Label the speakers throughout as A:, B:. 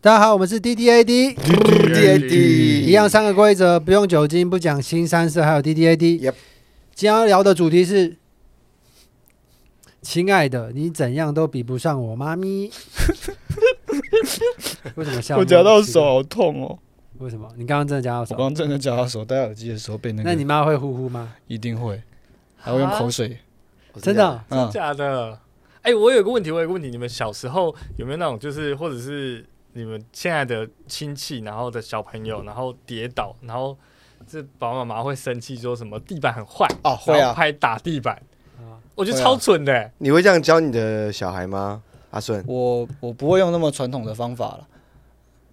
A: 大家好，我们是 D D A D，
B: D A D
A: 一样三个规则，不用酒精，不讲新三色，还有 D D A D。
B: Yep
A: 今天要聊的主题是：亲爱的，你怎样都比不上我妈 咪。为什么笑？
C: 我夹到手，好痛哦！
A: 为什么？你刚刚真的夹到
C: 我
A: 手？
C: 刚真的夹到手，戴耳机的时候被那个，
A: 那你妈会呼呼吗？
C: 一定会，还会用口水，
A: 真的 哦？
C: 嗯，
D: 假的？哎、我有个问题，我有个问题，你们小时候有没有那种，就是或者是你们现在的亲戚，然后的小朋友，然后跌倒，然后这爸爸妈妈会生气，说什么地板很坏，
B: 哦，会
D: 然后
B: 啊！
D: 拍打地板，
A: 啊
D: 我觉得
C: 会啊
D: 超蠢的、欸。
B: 你会这样教你的小孩吗？阿顺，
C: 我我不会用那么传统的方法了，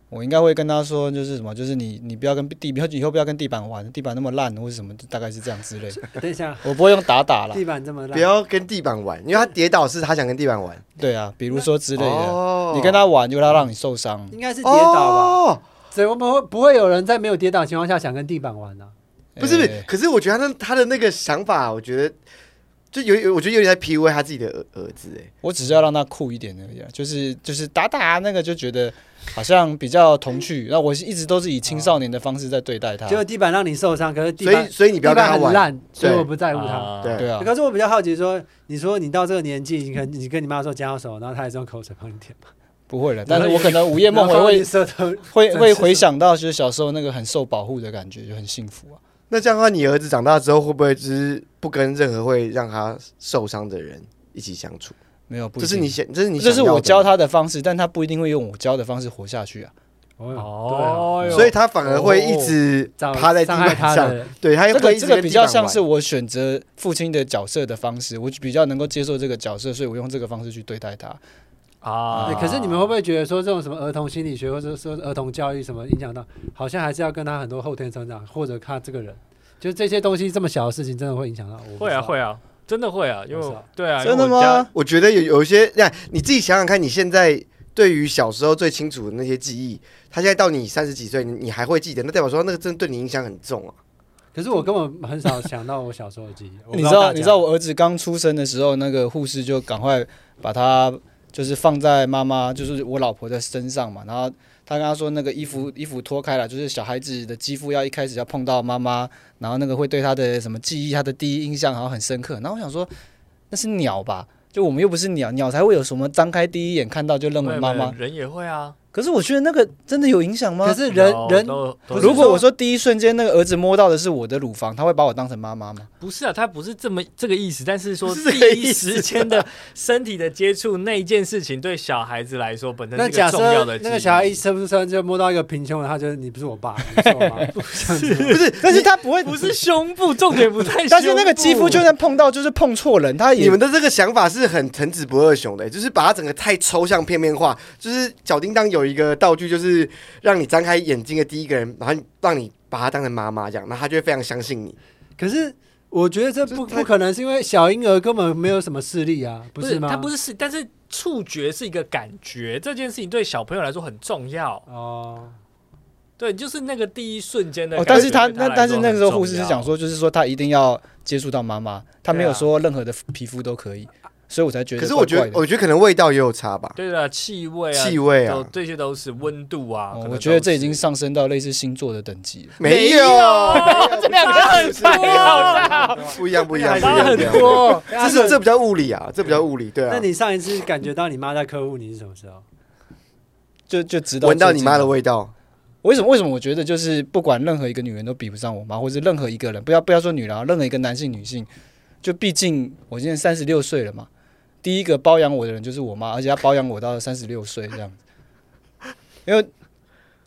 C: 我应该会跟他说，就是什么，就是你你不要跟地，以后以后不要跟地板玩，地板那么烂或者什么，大概是这样之 类。
A: 等一下，
C: 我不会用打打啦，
A: 地板这么烂，
B: 不要跟地板玩，因为他跌倒是他想跟地板玩
C: 对啊，比如说之类的，
B: 哦
C: 你跟他玩就他让你受伤，
A: 应该是跌倒吧？
B: 哦
A: 怎么会不会有人在没有跌倒的情况下想跟地板玩呢？啊
B: 不是不是
C: 哎，
B: 可是我觉得他那他的那个想法，我觉得就有有我觉得有点在 PUA 他自己的儿儿子哎。
C: 我只是要让他酷一点而已啊，就是就是打打那个就觉得好像比较童趣，那我是一直都是以青少年的方式在对待他，
A: 结果地板让你受伤，可是地
B: 所
A: 板
B: 以所以你不要
A: 地板
B: 跟他
A: 很
B: 玩，
A: 烂，所以我不在乎它。
D: 啊
B: 对
C: 对啊，
A: 可是我比较好奇说，你说你到这个年纪，你可你跟你妈说夹到手，然后她还是用口水帮你舔嘛，
C: 不会了，但是我可能午夜梦回
A: 然后你
C: 会
A: 舌头
C: 会
A: 整
C: 会
A: 只
C: 回想到，就是小时候那个很受保护的感觉，就很幸福啊。
B: 那这样的话，你儿子长大之后会不会就是不跟任何会让他受伤的人一起相处？
C: 没有，不
B: 这
C: 一
B: 是
C: 定
B: 你想，这是你
C: 这是
B: 想要
C: 我
B: 的
C: 教，他的方式，但他不一定会用我教的方式活下去啊。
A: 哦，
D: 哎呦
B: 所以他反而会一直
A: 对
C: 哦
A: 啊，
B: 趴在地
A: 伤害
B: 板
A: 她
B: 上
A: 的，人，
B: 对他
C: 这
B: 会
C: 个
B: 一哎直
C: 这
B: 跟
C: 个比较
B: 地板玩
C: 像是我选择父亲的角色的方式，我比较能够接受这个角色，所以我用这个方式去对待他。
D: 啊
A: 对可是你们会不会觉得说这种什么儿童心理学或者说儿童教育什么影响到，好像还是要跟他很多后天成长或者看这个人，就这些东西这么小的事情真的会影响到我？
D: 会啊会啊，真的会啊，因为
A: 我知道
D: 我对啊，
C: 真的
D: 因为我家
C: 吗？？
B: 我觉得有有一些，那你自己想想看，你现在对于小时候最清楚的那些记忆，他现在到你三十几岁，你你还会记得，那代表说那个真的对你影响很重啊。
A: 可是我根本很少想到我小时候的记忆，我不
C: 你知道
A: 大
C: 你
A: 家
C: 知道我儿子刚出生的时候，那个护士就赶快把他就是放在妈妈就是我老婆的身上嘛，然后他跟他说那个衣服衣服脱开了，就是小孩子的肌肤要一开始要碰到妈妈，然后那个会对他的什么记忆、他的第一印象好像很深刻。然后我想说那是鸟吧，就我们又不是鸟，鸟才会有什么张开第一眼看到就认为
D: 会
C: 妈
D: 会
C: 妈。
D: 人也会啊，
C: 可是我觉得那个真的有影响吗？
A: 可是人
D: 有
A: 人
D: 都都
A: 不是
C: 如果
A: 说
C: 我说第一瞬间那个儿子摸到的是我的乳房，他会把我当成妈妈吗？
D: 不是啊，他不是这么这个意思，但是说
B: 不是这个
D: 第
B: 意
D: 一
B: 思
D: 时间的
C: 啊
D: 身体的接触那一件事情，对小孩子来说本身
A: 那
D: 是
A: 假设
D: 个重要的记忆。
A: 那个小孩一生出生就摸到一个贫穷人，他觉得你不是我爸，你是我 妈，这样子
B: 不是，
C: 但是他不会，
D: 不是胸部，重点不在胸部，
C: 但是那个肌肤就算碰到，就是碰错人，他
B: 你
C: 也
B: 们的这个想法是很藤子不二雄的、就是把它整个太抽象片面化。就是小叮当有一个道具，就是让你张开眼睛的第一个人，然后让你把他当成妈妈这样，然后他就会非常相信你。
A: 可是我觉得这不不可能，是因为小婴儿根本没有什么视力啊，不
D: 不
A: 是吗？
D: 他不是是，但是触觉是一个感觉，这件事情对小朋友来说很重要。
A: 哦，
D: 对，就是那个第一瞬间的
C: 哦
D: 感，觉
C: 但是他
D: 对
C: 那
D: 来
C: 但是
D: 说
C: 那个时候
D: 很
C: 护士是
D: 重
C: 讲说，就是说他一定要接触到妈妈，他没有
D: 对啊
C: 说任何的皮肤都可以，所以我才觉得
B: 可是我觉得
C: 怪，怪的
B: 我觉得可能味道也有差吧
D: 要，对啊，气味啊，
B: 气味
D: 都
B: 啊，
D: 这些都是温度啊。
C: 哦
D: 可能
C: 我觉得
D: 都
C: 这已经
D: 是
C: 上升到类似星座的等级了。
B: 没
D: 有，
B: 这
D: 两个
C: 哎
D: 很差好大，
B: 不一样，不一样，不一
D: 差
B: 样，
D: 很
B: 不一样。
D: 多。
B: 这是这比较物理啊，这比较物理，对啊。
A: 那你上一次感觉到你妈在呵护你是什么时候？
C: 就就直到
B: 闻到
C: 最
B: 你
C: 近
B: 妈的味道，
C: 为什么为什么我觉得就是不管任何一个女人都比不上我妈，或者任何一个人，不要不要说女人啊，任何一个男性女性，就毕竟我今年三十六岁了嘛，第一个包养我的人就是我妈，而且她包养我到三十六岁这样子，因为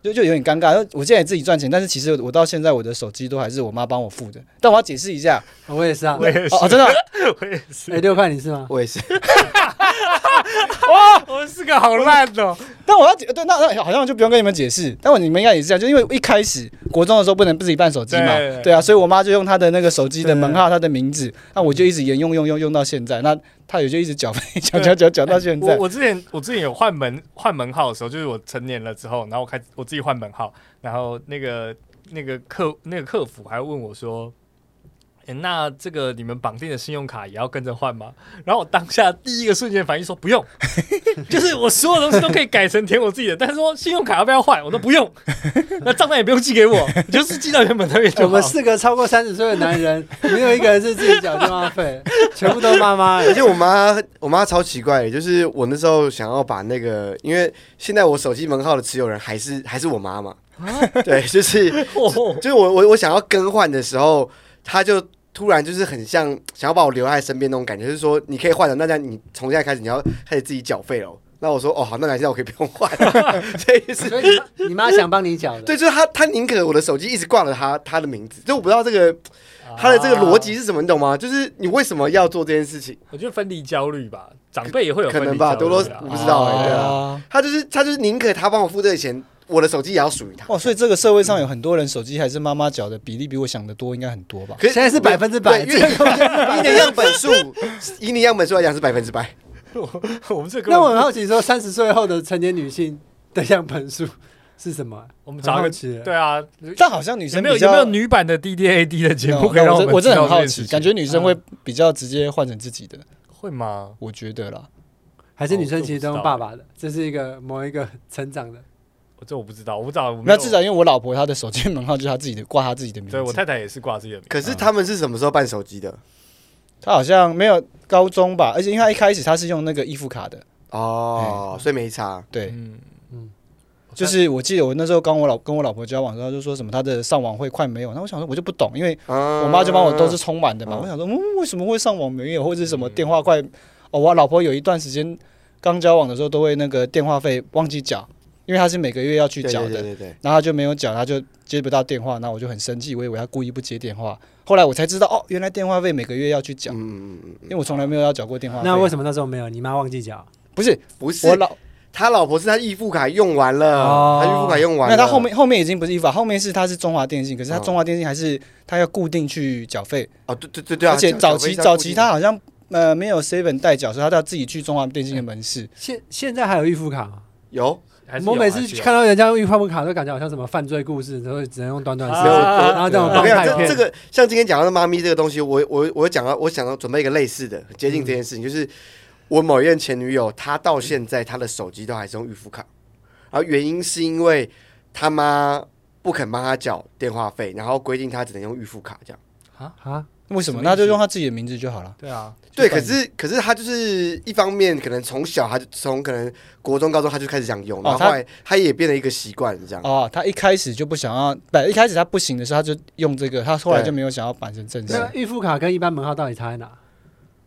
C: 就就有点尴尬，因为我现在也自己赚钱，但是其实我到现在我的手机都还是我妈帮我付的，但我要解释一下，
A: 我也是啊，
D: 我也是
C: 哦，哦真的啊，
D: 我也 是，
A: 哎，六块你是 吗？
B: 我也是。
D: 我是个好烂哦。
C: 但我要解对那那好像就不用跟你们解释，但我你们应该也是这样，就因为一开始国中的时候不能自己办手机嘛，
D: 对
C: 对啊，所以我妈就用她的那个手机的门号、她的名字，那我就一直沿用用用用到现在，那她也就一直缴费缴缴缴缴到现
D: 我
C: 在。
D: 我之前我之前有换门换门号的时候，就是我成年了之后，然后我开我自己换门号，然后那个那个客那个客服还问我说：“诶那这个你们绑定的信用卡也要跟着换吗？然后我当下第一个瞬间反应说 不用，就是我所有东西都可以改成填我自己的，但是说信用卡要不要换，我都不 用，那账单也不用寄给我，你就是寄到原本那边就
A: 哎我
D: 好
A: 们。四个超过三十岁的男人，没有一个人是自己缴电话费，全部都是妈妈。
B: 而且我妈，我妈超奇怪的，就是我那时候想要把那个，因为现在我手机门号的持有人还是还是我妈嘛，
C: 啊
B: 对，就是
D: 哦，
B: 就是我我我想要更换的时候，她就突然就是很像想要把我留在身边那种感觉，就是说你可以换的，那这样你从现在开始你要开始自己缴费了。那我说哦好，那现在我可以不用换，这意思。
A: 所以你妈想帮你缴的，
B: 对，就是她，她宁可我的手机一直挂着她她的名字，就我不知道这个她的这个逻辑
D: 啊，
B: 是什么，你懂吗？就是你为什么要做这件事情？
D: 我觉得分离焦虑吧，长辈也会有
B: 可
D: 分
B: 能
D: 离
B: 吧
D: 焦
B: 多多
D: 虑
B: 我
D: 啊。
B: 不知道欸对啊
C: 哦
B: 他就是他就是宁可他帮我付这个钱，我的手机也要属于他。
C: 哦，所以这个社会上有很多人手机还是妈妈缴的比例比我想的多，应该很多吧？
B: 可
A: 现在是百分之百
B: 对 因为以你的样本数， 以你样本数来讲是百分之百。
D: 我们这个，
A: 那我很好奇，说三十岁后的成年女性的样本数是什么啊？
D: 我们
A: 很
D: 找一
A: 好
D: 个
A: 奇
D: 对啊，
C: 但好像女
D: 有
C: 生
D: 没有
C: 比
D: 有
C: 较
D: 没有女版的 D D A D 的节目
C: No，
D: 可以让
C: 我
D: 们
C: 真我真的很
D: 知道
C: 好
D: 这件事
C: 奇，
D: 情嗯
C: 感觉女生会比较直接换成自己的，
D: 会吗？
C: 我觉得啦。
A: 还是女
D: 哦
A: 生
D: 这
A: 其实都
D: 我
A: 用
D: 不知道
A: 爸爸的？这是一个某一个成长的。
D: 我这我不知道，我不知道。我没
C: 那
D: 有
C: 至少因为我老婆她的手机门号就是她自己的，挂她自己的名字。
D: 对我太太也是挂自己的名字。
B: 可是他们是什么时候办手机的？
C: 她好像没有高中吧，而且因为她一开始她是用那个衣服卡的，
B: 哦，所以没差。
C: 对，
D: 嗯
A: 嗯
C: 就是我记得我那时候刚我老跟我老婆交往的时候，就说什么她的上网会快没有，那我想说我就不懂，因为我
B: 我
C: 妈就帮我都是充满的嘛，
B: 嗯
C: 我想说嗯为什么会上网没有，或者是什么电话快，哦我老婆有一段时间刚交往的时候都会那个电话费忘记缴，因为她是每个月要去
B: 去
C: 缴
B: 对对
C: 的，
B: 对对，
C: 然后她就没有缴，她就接不到电话，那我就很生气，我以为她故意不接电话，后来我才知道哦原来电话费每个月要去缴，
B: 嗯嗯嗯嗯，
C: 因为我从来没有要缴过电话费啊，
A: 那为什么那时候没有？你妈忘记缴？
C: 不是
B: 不是
C: 我老
B: 他老婆是他预付卡用完了，
A: 哦
B: 他预付卡用完
C: 那
B: 了。
C: 他后面后面已经不是依法，后面是他是中华电信，可是他
B: 嗯
C: 中华电信还是他要固定去缴费，
B: 哦，对对对对啊，
C: 而且
B: 这
C: 早期
B: 小
C: 早
B: 费
C: 期
B: 固定
C: 他好像呃没有 seven 代缴，所以他都要自己去中华电信的门市。
A: 现现在还有预付卡吗？
B: 有
D: 还是有啊
A: 我每次
D: 还是有
A: 看到人家用预付卡，都感觉好像什么犯罪故事，然后只能用短短时
B: 没有
A: 间。
D: 啊
A: 然后这种
B: 我跟你讲，
A: 帮派
B: 这
A: 片
B: 这个像今天讲到的妈咪这个东西，我我我有讲到，我想要准备一个类似的接近这件事
C: 嗯
B: 情，就是我某任前女友，她到现在她的手机都还是用预付卡，然后原因是因为她妈不肯帮她缴电话费，然后规定她只能用预付卡这样。
A: 啊，
C: 为
D: 什
C: 什么？
D: 么意思
C: 那就用他自己的名字就好了。
D: 对啊，
B: 对，
C: 去办
B: 可是可是她就是一方面可能从小她就从可能国中高中她就开始这样用，然后
C: 哦她
B: 后来她也变成一个习惯这样。
C: 哦，他一开始就不想要，不，一开始他不行的时候，他就用这个，他后来
B: 对
C: 就没有想要板成正式。
A: 那预付卡跟一般门号到底差在哪？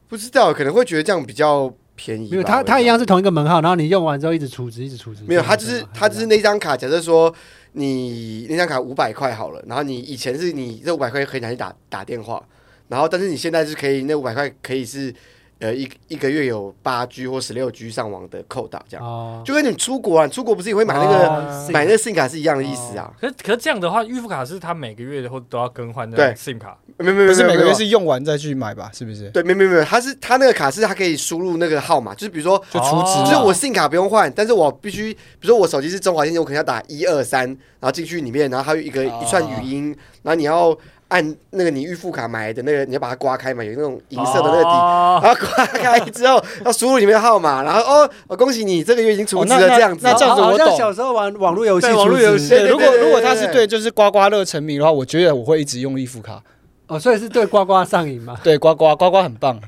B: 不知道可能会觉得这样比较便宜吧。
A: 没有，
B: 我
A: 它它
B: 也不
A: 一
B: 知道
A: 样是同一个门号，然后你用完之后一直储值，一直储值。
B: 没有，
A: 这样
B: 他就是
A: 子啊吗
B: 他就是那张卡，假设说你那张卡五百块好了，然后你以前是你这五百块可以拿去打打电话，然后但是你现在是可以那五百块可以是呃一一个月有八 G 或十六 G 上网的扣打这样，
A: 哦，
B: 就跟你出国啊，你出国不是也会买那个、
A: 哦
B: 买那个 SIM 卡是一样的意思啊？
D: 可是可是这样的话，预付卡是他每个月或都要更换
B: 对
D: 的 SIM 卡，
B: 没有没有没有
C: 哦不是
B: 没
C: 每
B: 有没
C: 个月
B: 有。
C: 是用完再去买吧？是不是？
B: 对，没有没有没有，他是他那个卡是他可以输入那个号码，就是比如说，
C: 就储值
D: 哦
C: 嘛。
B: 就是我 SIM 卡不用换，但是我必须，比如说我手机是中华电信，我可能要打一二三，然后进去里面，然后它有一个
C: 哦
B: 一串语音，然后你要按那个你预付卡买的那个，你要把它刮开嘛，有那种银色的那个底，
D: 哦
B: 然后刮开之后要输入里面的号码，然后哦，哦恭喜你这个月已经储值
C: 哦
B: 了
C: 那
B: 这样子。
C: 那这样子
A: 好
C: 我
A: 好像
C: 懂
A: 小时候玩网络游戏，
D: 对网络游戏
B: 对对
C: 对，如果
B: 对对
C: 如果他是
B: 对
C: 对就是刮刮乐沉迷的话，我觉得我会一直用预付卡。
A: 哦，所以是对刮刮上瘾嘛，
C: 对，刮刮刮刮很棒。啊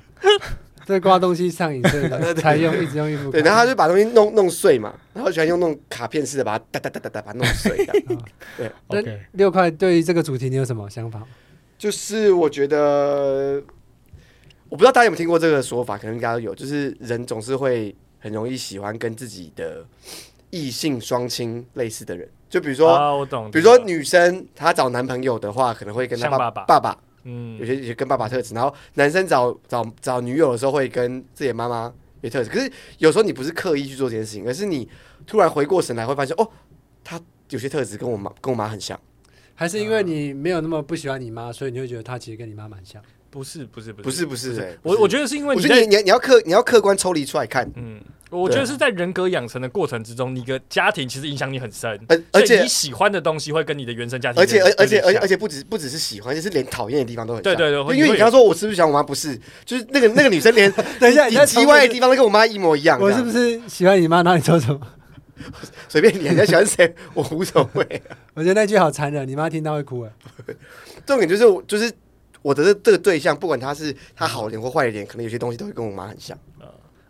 A: 对刮东西上瘾，所 以才用一直用预付卡。
B: 对，然后他就把东西弄弄碎嘛，然后喜欢用那种卡片式的把它哒哒哒哒哒把它弄碎这样。
A: 那
C: OK，
A: 六块对于这个主题你有什么想法吗？
B: 就是我觉得，我不知道大家有没有听过这个说法，可能大家都有，就是人总是会很容易喜欢跟自己的异性双亲类似的人，就比如说，
D: 啊，我懂。
B: 比如说，女生她找男朋友的话，可能会跟她
D: 像
B: 爸
D: 爸爸
B: 有
D: 嗯，
B: 些有些跟爸爸特质，然后男生找找找女友的时候会跟自己的妈妈有特质，可是有时候你不是刻意去做这件事情，而是你突然回过神来会发现，哦，她有些特质跟我妈跟我妈很像。
A: 还是因为你没有那么不喜欢你妈，所以你会觉得她其实跟你妈蛮像？
D: 不是不是不是
B: 不是不是欸
D: 我我觉得是因为
B: 我
D: 你
B: 觉得
D: 在
B: 你你你要客你要客观抽离出来看，
D: 嗯，我
B: 对啊
D: 觉得是在人格养成的过程之中，你的家庭其实影响你很深，
B: 而而
D: 所以
B: 且
D: 你喜欢的东西会跟你的原生家庭
B: 而
D: 有
B: 且
D: 点，
B: 而而且而且而
D: 且
B: 且不只不只是喜欢，就是连讨厌的地方都很像。
D: 啊对对对
B: 因为你
D: 会
B: 刚刚说我是不是喜欢我妈，不是，就是那个那个女生连
A: 等一下，你
B: 你
A: 在
B: 叽
A: 叽
B: 歪的地方都跟我妈一模一样。
A: 我是不
B: 是
A: 是喜欢你妈？那你说什么？
B: 随便你，你要喜欢谁我无所谓。
A: 我觉得那句好残忍，你妈听到会哭哎。
B: 重点就是我就是我的这这个对象，不管他是他好脸或坏脸，可能有些东西都会跟我妈很像。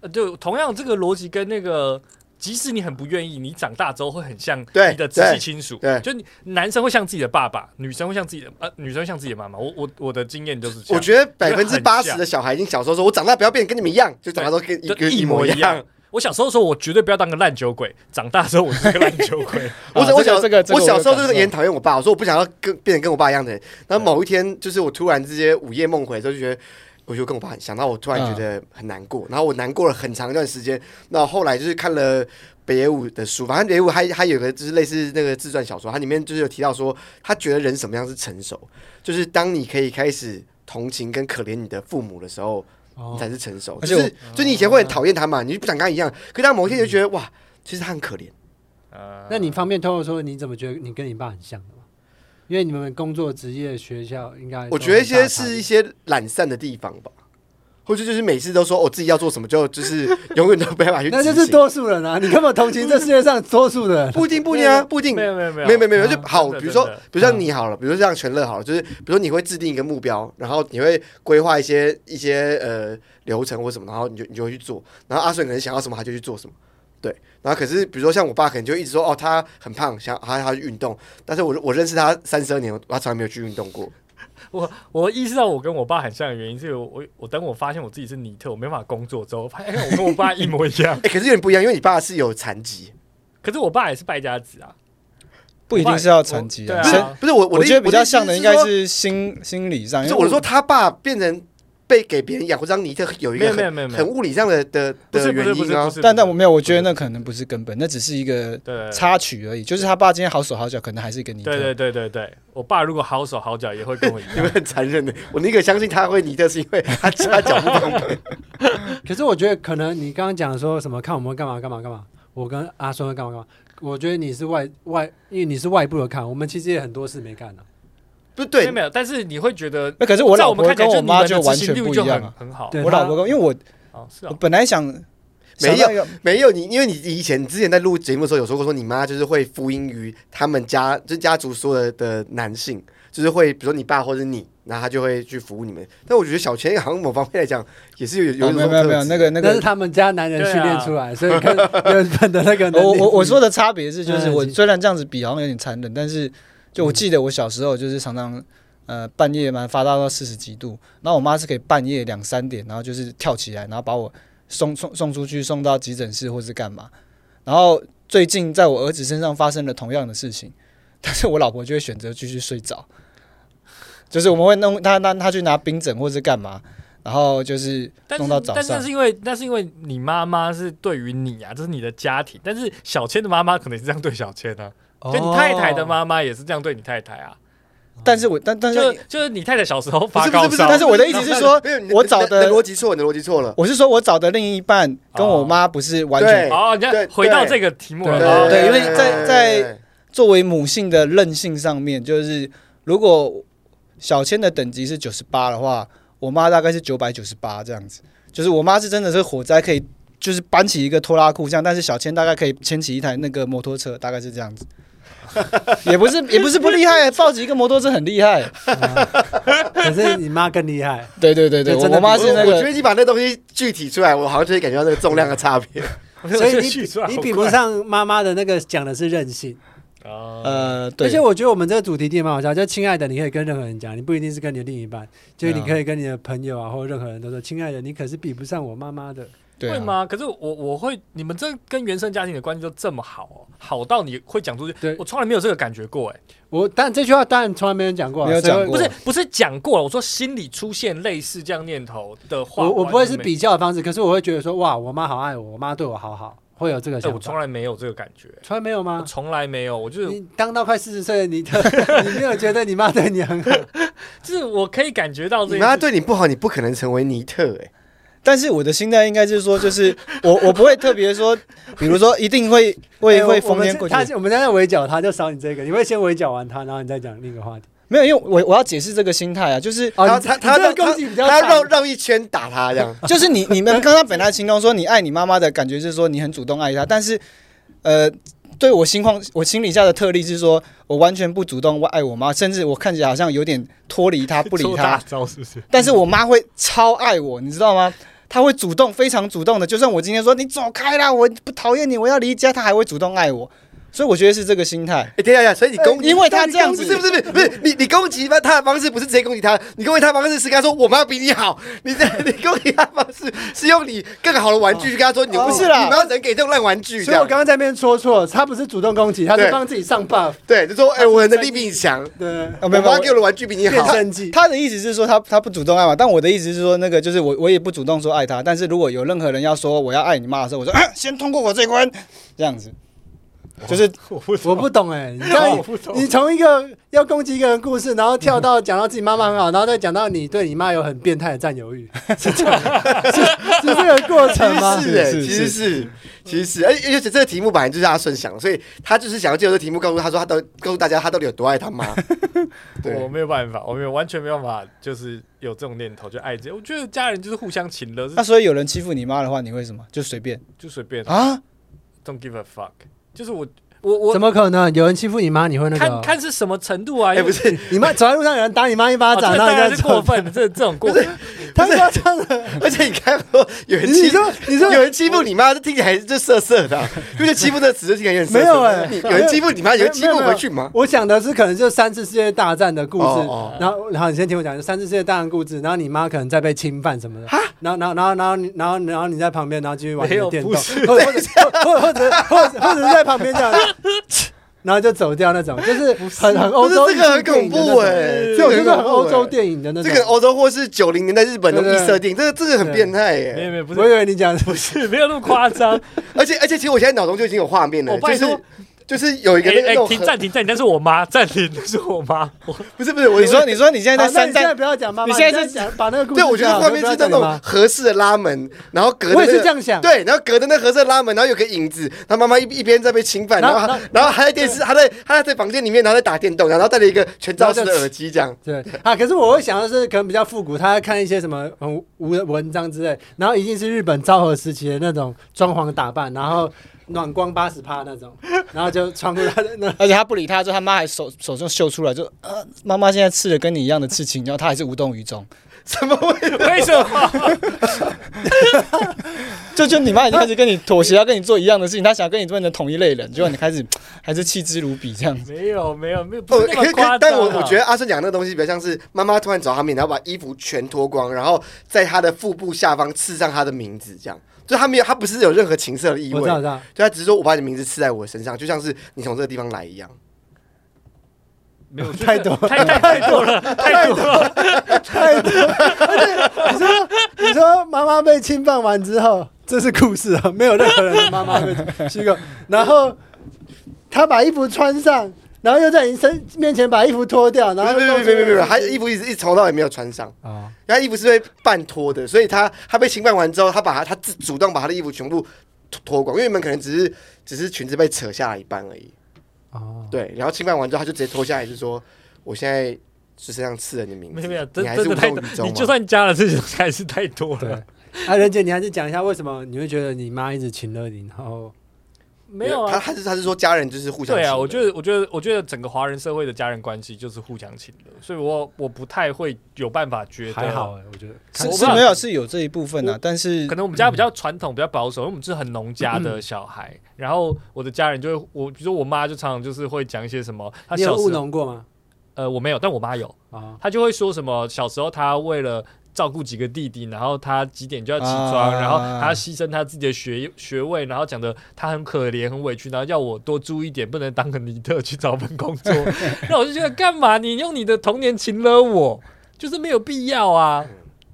D: 呃就同样这个逻辑跟那个。即使你很不愿意，你长大之后会很像
B: 对
D: 你的直
B: 对
D: 系亲属，
B: 对
D: 就你男生会像自己的爸爸，女生会像自己的呃，女生像自己的妈妈。我我我的经验就是这
B: 我
D: 样，
B: 觉得百分之八
D: 很
B: 十
D: 像
B: 的小孩已经小时候说，我长大不要变得跟你们一样，就长大都跟一
D: 就
B: 个
D: 一
B: 模
D: 模一
B: 样
D: 样。。我小时候说，我绝对不要当个烂酒鬼，长大之后我是个烂酒鬼。
B: 我
C: 啊
B: 小我小
C: 这个这个
B: 我
C: 我
B: 小
C: 有
B: 时候
C: 感
B: 就是也很
C: 受
B: 讨厌我爸，我说我不想要跟变成跟我爸一样的人。然后
D: 对
B: 某一天，就是我突然之间午夜梦回的时候，就觉得。我就跟我爸想到，我突
C: 嗯
B: 然觉得很难过，然后我难过了很长一段时间。那后来就是看了北野武的书，反正北野武还还有个就是类似那个自传小说，它里面就是有提到说，他觉得人什么样是成熟，就是当你可以开始同情跟可怜你的父母的时候，你
A: 哦，
B: 才是成熟。
C: 而
B: 就
C: 且嗯
B: 是就你以前会很讨厌他嘛，你就不想跟他一样，可当某一天你就觉得哇，其实他很可怜。
D: 呃
A: 那你方便透露说你怎么觉得你跟你爸很像的吗？因为你们工作、职业、学校应该都
B: 我觉得一
A: 很大
B: 些
A: 的差
B: 是
A: 别
B: 一些懒散的地方吧，或者就是每次都说我、哦、自己要做什么就就是 永远都没办法去执
A: 那
B: 行，
A: 就是多数人啊！你根本同情这世界上多数的人。
B: 不一定不一定啊，不一定
D: 没。有没有没有
B: 没有没有没有，
A: 啊
B: 就好。
D: 真的
B: 比如说
D: 真的，
B: 比
A: 嗯
B: 如像你好了，比如像全乐好了，就是比如说你会制定一个目标，然后你会规划一些一些呃流程或什么，然后你就你就会去做。然后阿顺可能想要什么，他就去做什么。对，然后可是比如说像我爸，可能就一直说哦，他很胖，想他他去运动，但是我我认识他三十二年，他从来没有去运动过。。
D: 我我意识到我跟我爸很像的原因，是因为我我我等我发现我自己是尼特，我没办法工作之后，发现哎我跟我爸一模一样
B: 哎、可是有点不一样，因为你爸是有残疾。
D: 可是我爸也是败家子啊，
C: 不一定是要残疾
D: 对啊
B: 不是
C: 先
B: 不是我
C: 我
B: 的意
C: 觉得比较像的应该
B: 我的意思
C: 是心心理上，
B: 说，
C: 因
B: 就
C: 为
B: 我说他爸变成被给别人养，或者让尼特有一
D: 没
B: 个
D: 有没
B: 很
D: 有没有没
B: 很
D: 有，
B: 物理上的的
D: 不是
B: 的
D: 不
B: 原
D: 是不是
B: 因
D: 不
B: 啊。
D: 是，
C: 但但我没有，我觉得那可能不是根本，那只是一个
D: 对
C: 插曲而已。就是他爸今天好手好脚，可能还是一个尼
D: 对
C: 特。
D: 对对对对，我爸如果好手好脚也会跟我一
B: 你们
D: 样。
B: 很残忍的，我宁可相信他会尼特，是因为他他脚不方便。
A: 可是我觉得可能你刚刚讲说什么看我们干嘛干嘛干嘛，我跟阿松会干嘛干嘛。我觉得你是外外，因为你是外部的看，我们其实也很多事没干呢、
B: 不
D: 没有
B: 是对，
D: 没有，但是你会觉得，
C: 那可是
D: 在我
C: 老
D: 们
C: 婆
D: 看起
C: 跟
D: 来
C: 我
D: 你们
C: 妈
D: 的
C: 完
D: 执
C: 全
D: 行
C: 不
D: 率
C: 一
D: 就
C: 样
D: 很
C: 啊。
D: 很好。
A: 对
C: 我老婆跟因为我
D: 哦是
C: 我
D: 哦，
C: 本来想
B: 没
C: 想到一个
B: 没有你，因为你以前你之前在录节目的时候有说过，说你妈就是会福音于他们家，就是家族所有的男性，就是会比如说你爸或者你，然后他就会去服务你们。但我觉得小钱好像某方面来讲也是有有
C: 哦
B: 一种
C: 没有没有没有
B: 特质
C: 那个那
A: 那是
C: 个
A: 他们家男人
D: 对啊
A: 训练出来，所以跟 原本的那个能力
C: 我我
A: 不
C: 我
A: 一样
C: 说的差别是，就是
A: 嗯
C: 我
A: 是
C: 虽然这样子比好像有点残忍，但是就
A: 嗯
C: 我记得我小时候就是常常呃半夜嘛发大到四十几度，然后我妈是可以半夜两三点，然后就是跳起来，然后把我送送送出去，送到急诊室或是干嘛。然后最近在我儿子身上发生了同样的事情，但是我老婆就会选择继续睡着，就是我们会弄她让她去拿冰枕或是干嘛，然后就是
D: 但是
C: 弄到早
D: 但是
C: 上
D: 那是。因为那是因为你妈妈是对于你啊，这是你的家庭，但是小千的妈妈可能是这样对小千啊，
C: 哦
D: 就你太太的妈妈也是这样对你太太啊，
A: 哦
C: 但是我但但是
D: 就就是你太太小时候
B: 不
D: 发
B: 是不
D: 高
B: 是不是，
D: 烧，啊
C: 但是我的意思是说
B: 没有你的
C: 我找的
B: 你逻辑错，你的逻辑错了。
C: 我是说我找的另一半跟
A: 哦
C: 我妈不是完
B: 对
C: 全
D: 哦，你
B: 对
D: 看回到这个题目了，
C: 对
D: 哦
C: 对因为
B: 对
C: 在
B: 对
C: 在
B: 对
C: 作为母性的韧性上面，就是如果小千的等级是九十八的话，我妈大概是九百九十八这样子。就是我妈是真的是火灾可以，就是搬起一个拖拉裤这样，但是小千大概可以牵起一台那个摩托车，大概是这 样子。也不是也不是不厉 害，抱起一个摩托车很厉害。
A: 可是你妈更厉害，
C: 对对对对，
A: 就
C: 我
A: 真的
C: 我妈
A: 比
C: 是那
B: 我我觉
C: 个
B: 得你把那东西具体出来，我好像就会感觉到那个重量的差别。
A: 所以
D: 我觉得叙述好
A: 你你比不
D: 快
A: 上妈妈的那个讲的是任性。
D: 哦，
C: 呃，对
A: 而且我觉得我们这个主题也蛮好笑，就亲爱的，你可以跟任何人讲，你不一定是跟你的另一半，就是你
C: 对啊
A: 可以跟你的朋友啊或任何人都说，亲爱的，你可是比不上我妈妈的。
C: 对
D: 会
C: 啊，
D: 吗？可是我我会，你们这跟原生家庭的关系都这么好哦，好到你会讲出去，
A: 对
D: 我从来没有这个感觉过哎，
A: 我但这句话当然从来没人讲过啊，
C: 没有
A: 谁会
C: 讲过
D: 不是不是讲过了，我说心里出现类似这样念头的话，
A: 我我不会是
D: 完全没
A: 比较的方式，可是我会觉得说，哇，我妈好爱我，我妈对我好好，会有这个
D: 哎
A: 想
D: 我从
A: 法。
D: 来没有这个感觉，
A: 从来没有
D: 我
A: 吗？
D: 从来没有，我就是
A: 你当到快四十岁的你的，你没有觉得你妈对你很好？
D: 就是我可以感觉到这
B: 你
D: 一
B: 妈对你不好，你不可能成为尼特哎、
C: 但是我的心态应该是说，就是我我不会特别说，比如说一定会会
A: 哎
C: 会
A: 我我
C: 逢
A: 们
C: 年
A: 是
C: 过节
A: 他，是我们现在围剿他，就少你这个。你会先围剿完他，然后你再讲另一个话题。
C: 没有，因为我我要解释这个心态 啊，就是
A: 哦，你
B: 他他
A: 你
B: 他
A: 这
B: 要
A: 个攻击比较
B: 他要
A: 长
B: 绕绕一圈打他这样，
C: 就是你你们刚刚本来形容说你爱你妈妈的感觉是说你很主动爱她，但是呃，对我心况我心里下的特例是说我完全不主动爱我妈，甚至我看起来好像有点脱离她不理
D: 出大
C: 她，
D: 招是不是？
C: 但是我妈会超爱我，你知道吗？她会主动非常主动的，就算我今天说你走开啦，我不讨厌你，我要离家，她还会主动爱我，所以我觉得是这个心态。
B: 哎、等一下，等一下，所以你攻击、
C: 因为她这样
B: 不
C: 子
B: 是不是不是不是你你攻击他的方式不是直接攻击他，你攻击他的方式是跟他说我妈比你好，你这你攻击他的方式是用你更好的玩具去跟他说你
C: 哦不是啦
B: 你妈只能给这种烂玩具这
A: 所以我
B: 样，
A: 刚刚在那边说错，他不是主动攻击，他是
B: 对
A: 帮自己上 buff，
B: 对，就说哎、我的能力比你强，
A: 对，
C: 啊，
B: 我
C: 没有没有
B: 妈给我的玩具比你
A: 变
B: 好，
A: 身技。
C: 他的意思是说他他不主动爱嘛，但我的意思是说那个就是我我也不主动说爱他，但是如果有任何人要说我要爱你妈的时候，我说、啊、 先通过我这一关，这样子，就是
D: 我不哦
A: 我不懂哎、你看
D: 我不懂
A: 你从一个要攻击一个人故事，然后跳到讲到自己妈妈很好，然后再讲到你对你妈有很变态的占有欲， 是这样，是是这个过程吗？
B: 其实是哎、
C: 是
B: 其实是其实是，而哎且而且这个题目本来就是阿顺想的，所以他就是想要借由这个题目告诉他说他到告诉大家他到底有多爱 他妈，对。
D: 我没有办法，我没有完全没有办法，就是有这种念头就爱这。我觉得家人就是互相情了，
C: 那
D: 是
C: 所以有人欺负你妈的话，你会什么？就随便
D: 就随便
C: 啊？
D: ，don't give a fuck。就是我我我
A: 怎么可能？有人欺负你妈，你会那个
D: 看
A: 哦？
D: 看是什么程度啊？
B: 哎、不是，
A: 你妈走在路上，有人打你妈一巴
D: 啊，这
A: 掌，
D: 个
A: 那
D: 当
A: 你
D: 然
A: 再
D: 是
A: 走
D: 过， 分，这这种过分。
A: 太夸张了。
B: 而且你看，哦有人欺
A: 你说你说
B: 有人欺负你妈，这听起来就涩涩 的啊、因为这欺负这个词就听起来有点涩涩
A: 没有哎
B: 你有人欺负你妈，有人欺负回去吗？
A: 我想的是，可能就三次世界大战的故事，
B: 哦哦
A: 然后然后你先听我讲，就三次世界大战故事，然后你妈可能在被侵犯什么的，然后然后然后然后你然后然后你在旁边，然后继续玩你
D: 没
A: 的
D: 有
A: 电动，
D: 不
A: 或
D: 是
A: 者或者或者或者或者或者是在旁边这样。然后就走掉那种，就是很很欧洲
B: 不是这个很恐怖
A: 哎、
B: 哎
A: 这种就是很
B: 这个很恐怖哎
A: 欧洲电影的那
B: 这
A: 种。
B: 个哦欧洲或是九零年代日本那种
A: 对
B: 异
A: 对
B: 色电影，这个这个很变态耶、
D: 没有没有，不
A: 我以
D: 是
A: 为你讲的
D: 不是， 没有那么夸 张。
B: 而且而且，其实我现在脑中就已经有画面
A: 哦
B: 了，
D: 我
B: 就
D: 拜
B: 是
D: 托
B: 就是有一个那
D: 哎
B: 个
D: 哎
B: 那，种
D: 停
B: 很
D: 暂停暂停，那是我妈暂停，那是我 妈。我
B: 不是不是，我
C: 你说你说你现在
A: 好啊
C: 在
A: 那你现
C: 三
A: 在
C: 战，
A: 不要讲妈妈，
C: 你现在是
A: 在讲把那个故事
B: 对，
A: 讲好。
B: 我觉得画面是
A: 就
B: 那种合适的拉门，然后隔着、那
A: 我也
B: 个
A: 是这样想
B: 对，然后隔着那合适的拉门，然后有个影子，他妈妈一一边在被侵犯，然
A: 然
B: 后
A: 后
B: 她然后还在电视，他在他在房间里面，然后在打电动，然后戴了一个全罩式的耳机，这样。
A: 对啊，可是我会想到是可能比较复古，他在看一些什么很无的文章之类，然后一定是日本昭和时期的那种装潢打扮，然后暖光八十趴那种，然后就穿过他的那。
C: 而且他不理他，就他妈还手手上秀出来，就呃妈妈现在刺了跟你一样的刺青，然后他还是无动于衷，
B: 什么味道？
D: 为什么？
C: 就就你妈已经开始跟你妥协，要跟你做一样的事情，她想跟你变成同一类人，结果你开始还是弃之如敝这样子。
D: 没有没有没有，不
B: 哦
D: 是那么夸张啊。
B: 但我我觉得阿顺讲那个东西比较像是妈妈突然找他面，然后把衣服全脱光，然后在他的腹部下方刺上他的名字，这样。就他没有，他不是有任何情色的意
A: 我
B: 味
A: 知，道，我知道，
B: 就他只是说我把你名字刺在我身上，就像是你从这个地方来一样。
D: 没有
A: 太多
D: 太太太多 了，太多了。
A: 太多。而且你说，你说妈妈被侵犯完之后，这是故事啊，没有任何人的妈妈被侵犯。然后他把衣服穿上，然后又在你身面前把衣服脱掉，然后
B: 没有没有没有没有没有，他衣服一直一直从头到尾没有穿上。
D: 哦
A: 啊。
B: 他衣服是被半脱的，所以他他被侵犯完之后，他把他他自主动把他的衣服全部脱脱光，因为你们可能只是只是裙子被扯下来一半而已。
A: 哦
B: 对，然后侵犯完之后，他就直接脱下来，就说：“我现在是身上刺了你的名
D: 没
B: 字，
D: 有没有，真
B: 你还是
D: 真
B: 无
D: 的太
B: 动
D: 多
B: 于。衷啊
D: 你
B: 吗
D: 就算加了这种，还是太多
A: 对
D: 了。，
A: 啊，任姐，你还是讲一下为什么你会觉得你妈一直请了你，然后
D: 没有
B: 他
D: 啊，
B: 他是他是说家人就是互相
D: 对啊，
B: 亲
D: 我
B: 的
D: 觉得，我觉得，我觉得整个华人社会的家人关系就是互相情的，所以我我不太会有办法觉得
A: 还好哎、我觉得
C: 是
D: 欸我不知
C: 是
D: 道
C: 没有是有这一部分啊，但是
D: 可能我们家比较传统，比较保守，因为我们是很农家的小孩。然后我的家人就会，我比如说我妈就常常就是会讲一些什么，她
A: 你有
D: 小
A: 务
D: 时候
A: 农过吗？
D: 呃我没有，但我妈有，
A: 啊，
D: 她就会说什么小时候她为了。照顾几个弟弟，然后她几点就要起床，
C: 啊
D: 然后她要牺牲她自己的学学位，然后讲的她很可怜、很委屈，然后要我多注意点，不能当个尼特去找份工 作。那我就觉得干嘛？你用你的童年情了我，就是没有必要啊。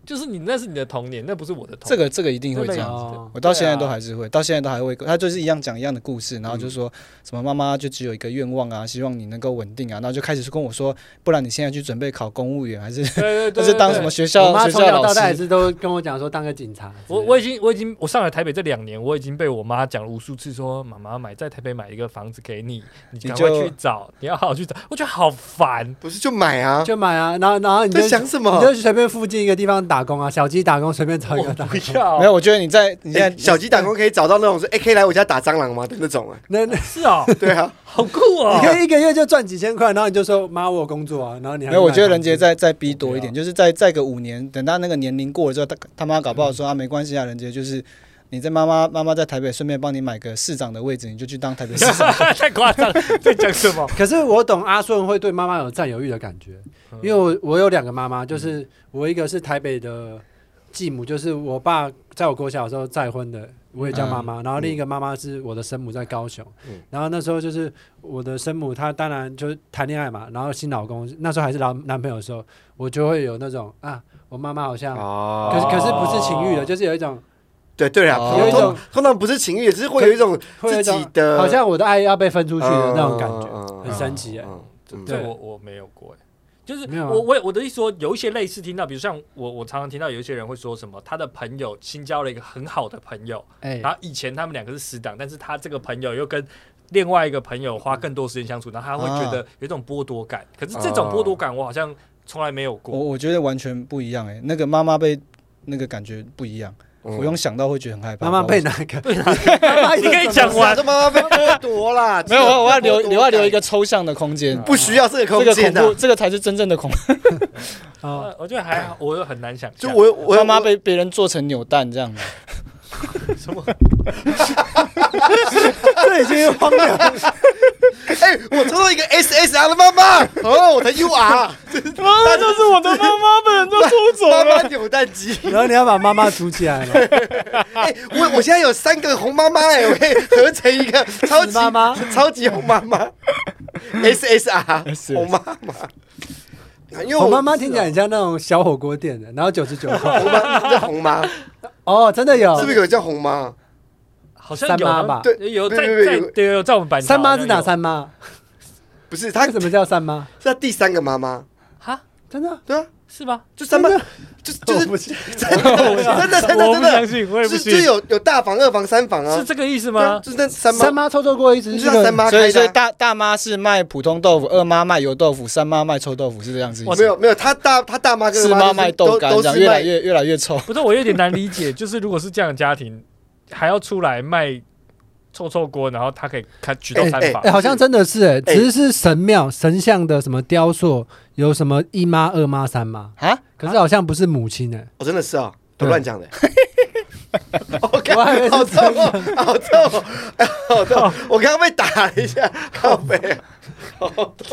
D: 就是你那是你的童年，那不是我的童
C: 这
D: 年。
C: 个这个一定会这样子。
A: 哦
C: 我到现在都
D: 对啊
C: 还是会，到现在都还会，他就是一样讲一样的故事，然后
A: 嗯
C: 就说什么妈妈就只有一个愿望啊，希望你能够稳定啊，然后就开始跟我说，不然你现在去准备考公务员，还是
D: 对对对
C: 还
D: 对
C: 是当什么？学校
A: 我妈
C: 学
A: 从
C: 校
A: 小
C: 老
A: 到大也
C: 师？
A: 是都跟我讲说当个警察之类的。
D: 我我已经我已经我上来台北这两年，我已经被我妈讲了无数次说，妈妈买在台北买一个房子给你，你
C: 你
D: 赶快
C: 就
D: 去找，你要好好去找。我觉得好烦，
B: 不是就买啊？
A: 就买啊，然后然后你就
B: 在想什么
A: 你就随便附近一个地方打工啊，小鸡打工随便找一个
D: 我
A: 打
D: 不
A: 工。
D: 要。
C: 没有，我觉得你在你现在、
B: 哎小鸡打工可以找到那种说，哎，可以来我家打蟑螂吗的那种啊？
A: 那那
D: 是哦，
B: 对啊，
D: 好酷哦
A: 你。可以一个月就赚几千块，然后你就说妈我有工作啊，然后你还
C: 没有，我觉得人
A: 人
C: 杰
A: 杰
C: 再再逼多一
D: 我
C: 点，
D: 不
C: 就是再再个五年，等到那个年龄过了之后，他他妈搞不好说啊没关系啊，人杰就是。你在妈妈妈妈在台北，顺便帮你买个市长的位置，你就去当台北市长。
D: 太夸张，了，在讲什 么？
A: 可是我懂阿顺会对妈妈有占有欲的感觉，
B: 嗯
A: 因为我我有两个妈妈，就是我一个是台北的继母，就是我爸在我国小的时候再婚的，我也叫妈妈。然后另一个妈妈是我的生母在高雄，
B: 嗯
A: 然后那时候就是我的生母她当然就是谈恋爱嘛，然后新老公那时候还是老男朋友的时候，我就会有那种啊，我妈妈好像。
B: 哦
A: 可是可是不是情欲的，就是有一种
B: 对对啊，
C: 哦
B: 通常通常不是情欲，只是会有一种
A: 会有一
B: 自
A: 种
B: 己的，
A: 好像我的爱要被分出
B: 出
A: 去的那种感觉，
B: 觉
A: 很神奇耶。
B: 嗯
D: 这
A: 对
D: 我我没有过哎、就是
A: 没有啊
D: 我我我的意思说，有一些类似听到，比如像我我常常听到有一些人会说什么，他的朋友新交了一个很好的朋友，
A: 哎
D: 然后以前他们两个是死党，但是他这个朋友又跟另外一个朋友花更多时间相处，然后他会觉
A: 啊
D: 得有一种剥夺感。可是这种剥夺感，我好像从来没有
C: 我
D: 过。
C: 我觉得完全不一样哎、那个妈妈被那个感觉不一样，
B: 嗯
C: 我用想到会觉得很害怕。
A: 妈妈被
C: 不知道为什么，
A: 哪个？
D: 你可以讲
B: 不是啊
D: 完
B: 这，妈妈被剥夺啦
C: 没有，我我要嗯留留要留一
B: 个，
C: 个抽象的空间，
B: 不需要这个
C: 这
B: 空
C: 个恐
B: 间
C: 怖，
B: 的。
C: 这个才是真正的恐怖。
A: 哦，
D: 呃我觉得还好，
A: 哎
D: 我又很难想
B: 就
D: 象。
B: 我我
C: 妈妈被别人做成扭蛋这样的，
D: 什么？
A: 这已经荒谬了。
B: 哎，我抽到一个 SSR 的妈妈，哦，我的 UR
C: 那就是我的妈妈被人都抽走
B: 妈妈扭蛋 机。
A: 然后你要把妈妈组起来了，
B: 哎，我我现在有三个红妈妈，哎，我可以合成一 个超级
A: 妈妈
B: 超级红妈妈 SSR 红妈妈。 因为
A: 我妈妈听起来很像那种小火锅店的，然后九十九 块。
B: 红妈叫红妈，是
A: 哦，真的有
B: 不是有叫红妈？
D: 好像
A: 三
D: 有
A: 妈吧
D: 啊
B: 对
D: 有在
B: 没有没有
D: 在
B: 有
D: 对有在我们班。
A: 三妈是哪
D: 有？
A: 三妈？
B: 不是，她
A: 为
B: 是
A: 什么叫三妈？
B: 她第三个妈妈，
D: 哈，
A: 真的？
B: 对啊，
D: 是吗？
B: 就三妈
A: 真，
B: 就就是
A: 我不信
B: 真的真的真的
D: 我
B: 真
D: 不相
B: 的，
D: 信，我也不
B: 就
D: 信
B: 就。有有大房、二房、三房啊，
D: 是这个意思
B: 对啊
D: 吗？
B: 就是那三
A: 三
B: 妈，
A: 妈凑凑过一直
B: 就是是那三 妈
C: 所
B: 开
C: 以所以
B: 的啊。
C: 大大妈是卖普通豆腐，二妈卖油豆腐，三妈卖臭豆腐，是这样子意
B: 没
C: 思。
B: 有没有，她大她大妈跟
C: 四
B: 二
C: 妈
B: 就是
C: 卖豆
B: 都
C: 干，
B: 都
C: 这样
B: 是
C: 越来
B: 卖
C: 越越来越臭。
D: 不是，我有点难理解， 就是如果是这样的家庭，还要出来卖臭臭锅，然后他可以开举到三把
A: 哎、，好像真的是哎、
B: 哎
A: 只是是神庙神像的什么雕塑，有什么一妈、二妈、三妈，
C: 啊，
A: 可是好像不是母亲哎、
B: 我真的是啊，我
A: 对
B: 乱讲的。 我
A: 我还以为
B: 刚
A: 是
B: 好痛哦，好痛哦，好痛！我刚刚被打了一下，靠背啊，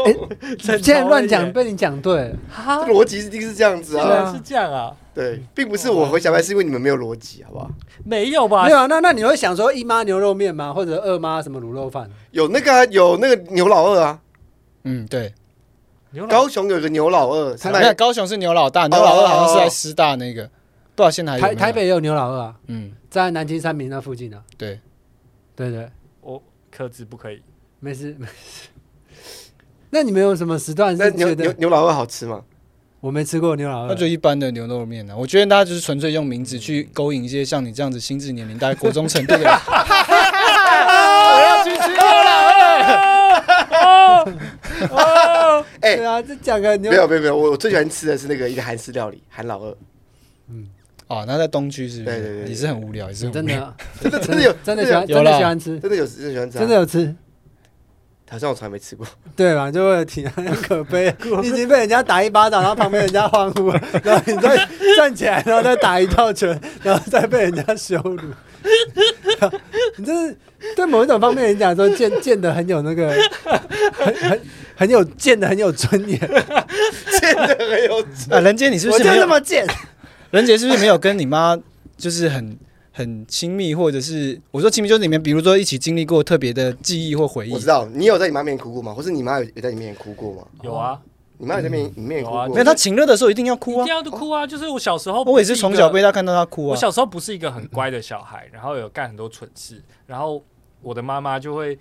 A: 欸，现在乱讲被你讲对，
D: 哈，
B: 逻辑一定是这样子
D: 竟
B: 啊。
D: 然是这样啊？
B: 对，并不是我回小白，是因为你们没有逻辑，好不好？
D: 没有吧
A: 没？有啊？那那你会想说一妈牛肉面吗？或者二妈什么卤肉饭？
B: 有那个啊有那个牛老二啊，
C: 嗯，对。
D: 牛奶
B: 高雄有个牛老二，是
C: 没有，
B: 卖
C: 高雄是牛老大，牛老二好像是
B: 哦哦
C: 在
B: 哦
C: 师大那个，不知道
B: 哎
C: 现在还有没
A: 台
C: 有
A: 台，北也有牛老二啊，
C: 嗯，
A: 在南京三明那附近啊。
C: 对，
A: 对对，
D: 我克制不可以，
A: 没事 没事。那你们有什么时段
B: 那
A: 是
B: 牛
A: 觉
B: 牛
A: 得
B: 牛老二好吃吗？
A: 我没吃过牛老
C: 那
A: 二
C: 就？一般的牛肉面啊呢。我觉得大家就是纯粹用名字去勾引一些像你这样子心智年龄大概国中程度的人。
D: 我要去吃牛奶。哦，
B: 哎
A: 对，啊，这讲个牛
B: 没有没有没有，我我最喜欢吃的是那个一个韩式料理，韩老二，
C: 哦，那在东区是不
B: 对对
C: 是？
B: 对
C: 也是很无聊，也是很无
A: 真
C: 聊。
A: 的啊
B: 真的真的有
A: 真的喜欢
C: 有
A: 真
C: 啦
A: 的喜欢吃，
B: 真的有真的喜欢吃啊，
A: 真的有吃，
B: 好像我从来没吃过。
A: 对吧？就会挺很可悲，你已经被人家打一巴掌，然后旁边人家欢呼， 然后你再站起来，然后再打一套拳， 然后再被人家羞辱。 你这是对某一种方面来讲说，见见的很有那个，很很很有见的很有尊严。
B: 真的很有吃。
C: 啊，人杰，你是不
A: 我
C: 是
A: 就
C: 没
A: 这
C: 有？
A: 么贱，，
C: 人杰是不是没有跟你妈就是很很亲密，或者是我说亲密，就是你们比如说一起经历过特别的记忆或回忆哦
B: 我知。道你有在你妈面前哭过吗？或是你妈有有在你面前哭过吗？
D: 有啊，
B: 你妈在面里面也哭
D: 有啊
B: 过，
C: 没有他情热的时候一定要哭
D: 一定
C: 啊！哦
D: 要哭啊！就是我小时候，
C: 我也是从小被
D: 他。
C: 他看到他哭
D: 我
C: 啊。
D: 小时候不是一个很乖的小孩，然后有干很多蠢事，然后我的妈妈就会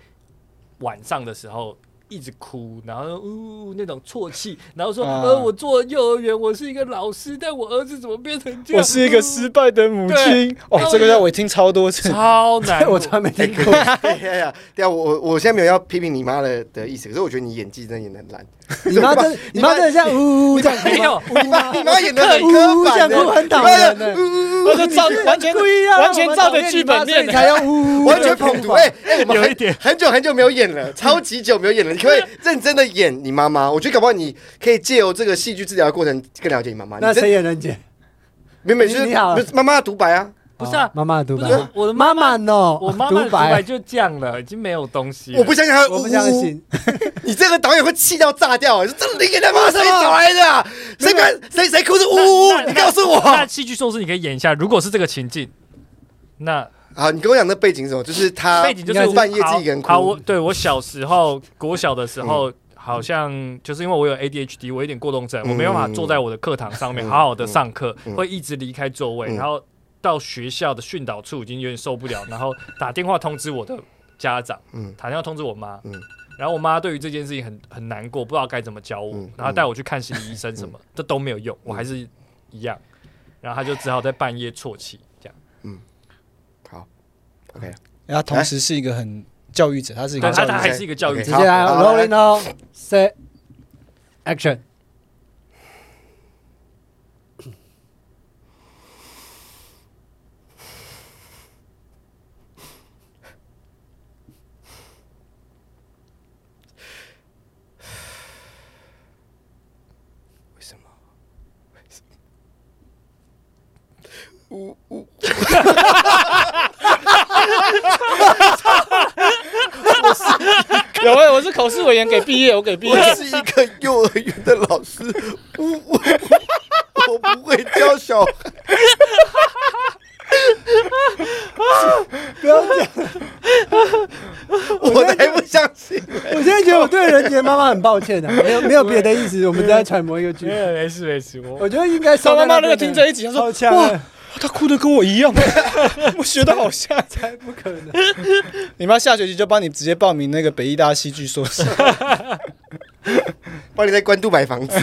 D: 晚上的时候一直哭，然后呜、那种啜泣，然后说、
C: 啊
D: 呃我做幼儿园，我是一个老师，但我儿子怎么变成这样？嗯
C: 我是一个失败的母亲。哦
D: 对，
C: 这个让我听超多次。
D: 超难
A: 我
D: 我
A: 从来没听过。
B: 哎呀呀！对啊，我我我现在没有要批评你妈的的意思，可是我觉得你演技真的演的很 烂。
A: 你妈真，你妈真的像呜呜这样
D: 没
A: 哭吗？
D: 有，
B: 你妈你妈演的很刻板
A: 呜呜呜呜这样哭
B: 的，
A: 很讨人呢
B: 你妈 呜呜
C: 我就照完全
A: 故意要让
C: 啊完
A: 我
C: 全
A: 们
C: 照
A: 讨
C: 着
A: 厌
C: 剧
A: 你妈
C: 本
A: 所以
C: 念
A: 你才要呜呜
B: 呜
A: 这样
B: 完全
A: 哭
B: 捧 读。哎哎，我们
D: 有
B: 很
D: 一点
B: 很久很久没有演了，超级久没有演了。你可不可以认真的演你妈妈？我觉得搞不好你可以借由这个戏剧治疗的过程更了解你妈妈。
A: 那
B: 你真
A: 谁演人杰？
B: 没没就是
A: 你好
B: 就是妈妈的独白啊！
D: 不是啊
A: 哦妈妈的独
D: 不
A: 白
D: 是，我的
A: 妈
D: 妈
A: 妈，喏，
D: 我妈妈的
A: 独
D: 独白
A: 白，
D: 就这样了，已经没有东西了。
B: 我不相信他，
A: 我不相。信。
B: 你这个导演会气到炸 掉、欸！这你给他妈谁找来的、啊？谁敢谁谁哭是呜呜
D: 那
B: 呜？
D: 那
B: 你告诉我。
D: 那戏剧硕士你可以演一下，如果是这个情境，那
B: 好，你跟我讲的背景是什么？就是他
D: 背景就是
B: 应该半夜自己一个人哭。嗯
D: 好，好我对我小时候，国小的时候，好像就是因为我有 ADHD，我有点过动症，
B: 嗯
D: 我没办法坐在我的课堂上面
B: 嗯
D: 好好的上课，
B: 嗯
D: 会一直离开座位，
B: 嗯
D: 然后到学校的训导处已经有点受不了，然后打电话通知我的家长，
B: 嗯
D: 打电话通知我妈，
B: 嗯
D: 然后我妈对于这件事情很很难过，不知道该怎么教我，
B: 嗯
D: 然后带我去看心理医生什么，这都没有用，我还是一样，然后她就只好在半夜啜泣这样，
B: 好，OK，
C: 他同时是一个很教育者，他是一个
D: 但
C: 教
D: 她
C: 育
D: 她
C: 者。
D: 还是一个教育
A: 直
D: 者
B: OK，
A: 接来
B: 好好来
A: ，rolling 哦，set action。
B: 为什么？
C: 有哎，我是口试委员给毕业，我给毕业。
B: 我是一个幼儿园的老师，呜呜，我不会教小孩。
A: 不要这样，
B: 我才不相信。
A: 我现在觉得我对人杰妈妈很抱歉的，没有没有别的意思，我们都在揣摩一个剧
D: 没。有 没事没事，我
A: 我觉得应该
C: 他
A: 收
C: 妈
A: 在
C: 妈那
A: 边
C: 个
A: 的
C: 听这一集，他
A: 超
C: 说
A: 强
C: 哇
A: 的，
C: 他哭的跟我一样， 我学的好 像。
A: 才不可能。
C: 你妈下学期就帮你直接报名那个北艺大戏剧硕 士。
B: 帮你在关渡买房子。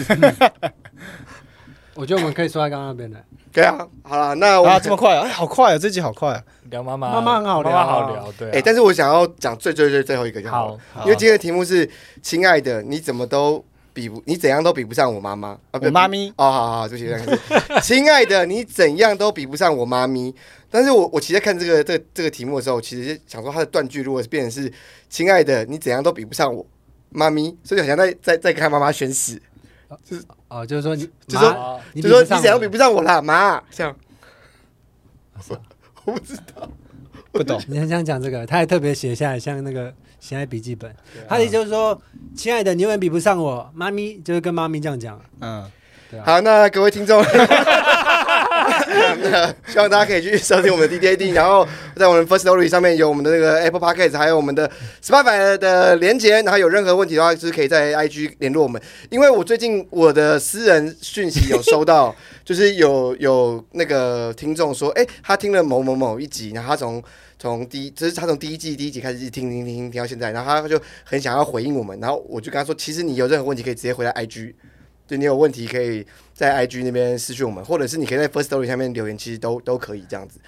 A: 我觉得我们可以说在刚刚那边的。
B: 对啊，好了，那我
C: 啊，这么快啊！哎，好快啊，这集好快啊！
D: 聊妈妈，
A: 妈妈很好聊
D: 妈
A: 啊
D: 妈好聊，对啊、
B: 哎、但是我想要讲最最最最后一个就好了
D: 好，
C: 好
B: 因为今天的题目是“亲爱的，你怎么都比不，你怎样都比不上我妈妈啊，不
C: 我妈咪
B: 哦，好好好，对不起，对不起亲爱的，你怎样都比不上我妈咪。但是我我其实在看这个这个这个题目的时候，我其实想说它的断句如果是变成是“亲爱的，你怎样都比不上我妈咪”，所以我想再再再跟他妈妈宣誓，
A: 哦，就是说你，
B: 就
A: 妈
B: 说
A: 你
B: 就说
A: 比不上
B: 你怎样
A: 我
B: 比不上我啦，妈，这样。我不知道，
C: 不懂，
A: 你很想讲这个，他还特别写下来，像那个写在笔记本。
B: 啊
A: 他的意思就是说，亲爱的，你永远比不上我，妈咪就是跟妈咪这样讲。
C: 嗯，
B: 好，那各位听众，那希望大家可以去收听我们的 DDAD，然后在我们 First Story 上面有我们的那个 Apple Podcast，还有我们的 Spotify 的连接，然后有任何问题的话，就是可以在 IG 联络我们。因为我最近我的私人讯息有收到， 就是有有那个听众说，哎、他听了某某某一集，然后他从。从第一，就是他从第一季第一集开始一直听听听听到现在，然后他就很想要回应我们，然后我就跟他说，其实你有任何问题可以直接回来 IG，就你有问题可以在 IG 那边私讯我们，或者是你可以在 First Story 下面留言，其实都都可以这样子。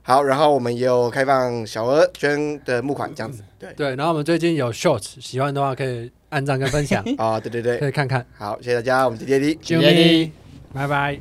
B: 好，然后我们也有开放小额捐的募款这样子。嗯对
A: 对，然后我们最近有 shorts，喜欢的话可以按赞跟分享，
B: 啊、对对对，
A: 可以看看。
B: 好，谢谢大家，我们滴滴滴。
C: 啾咪
A: 拜拜。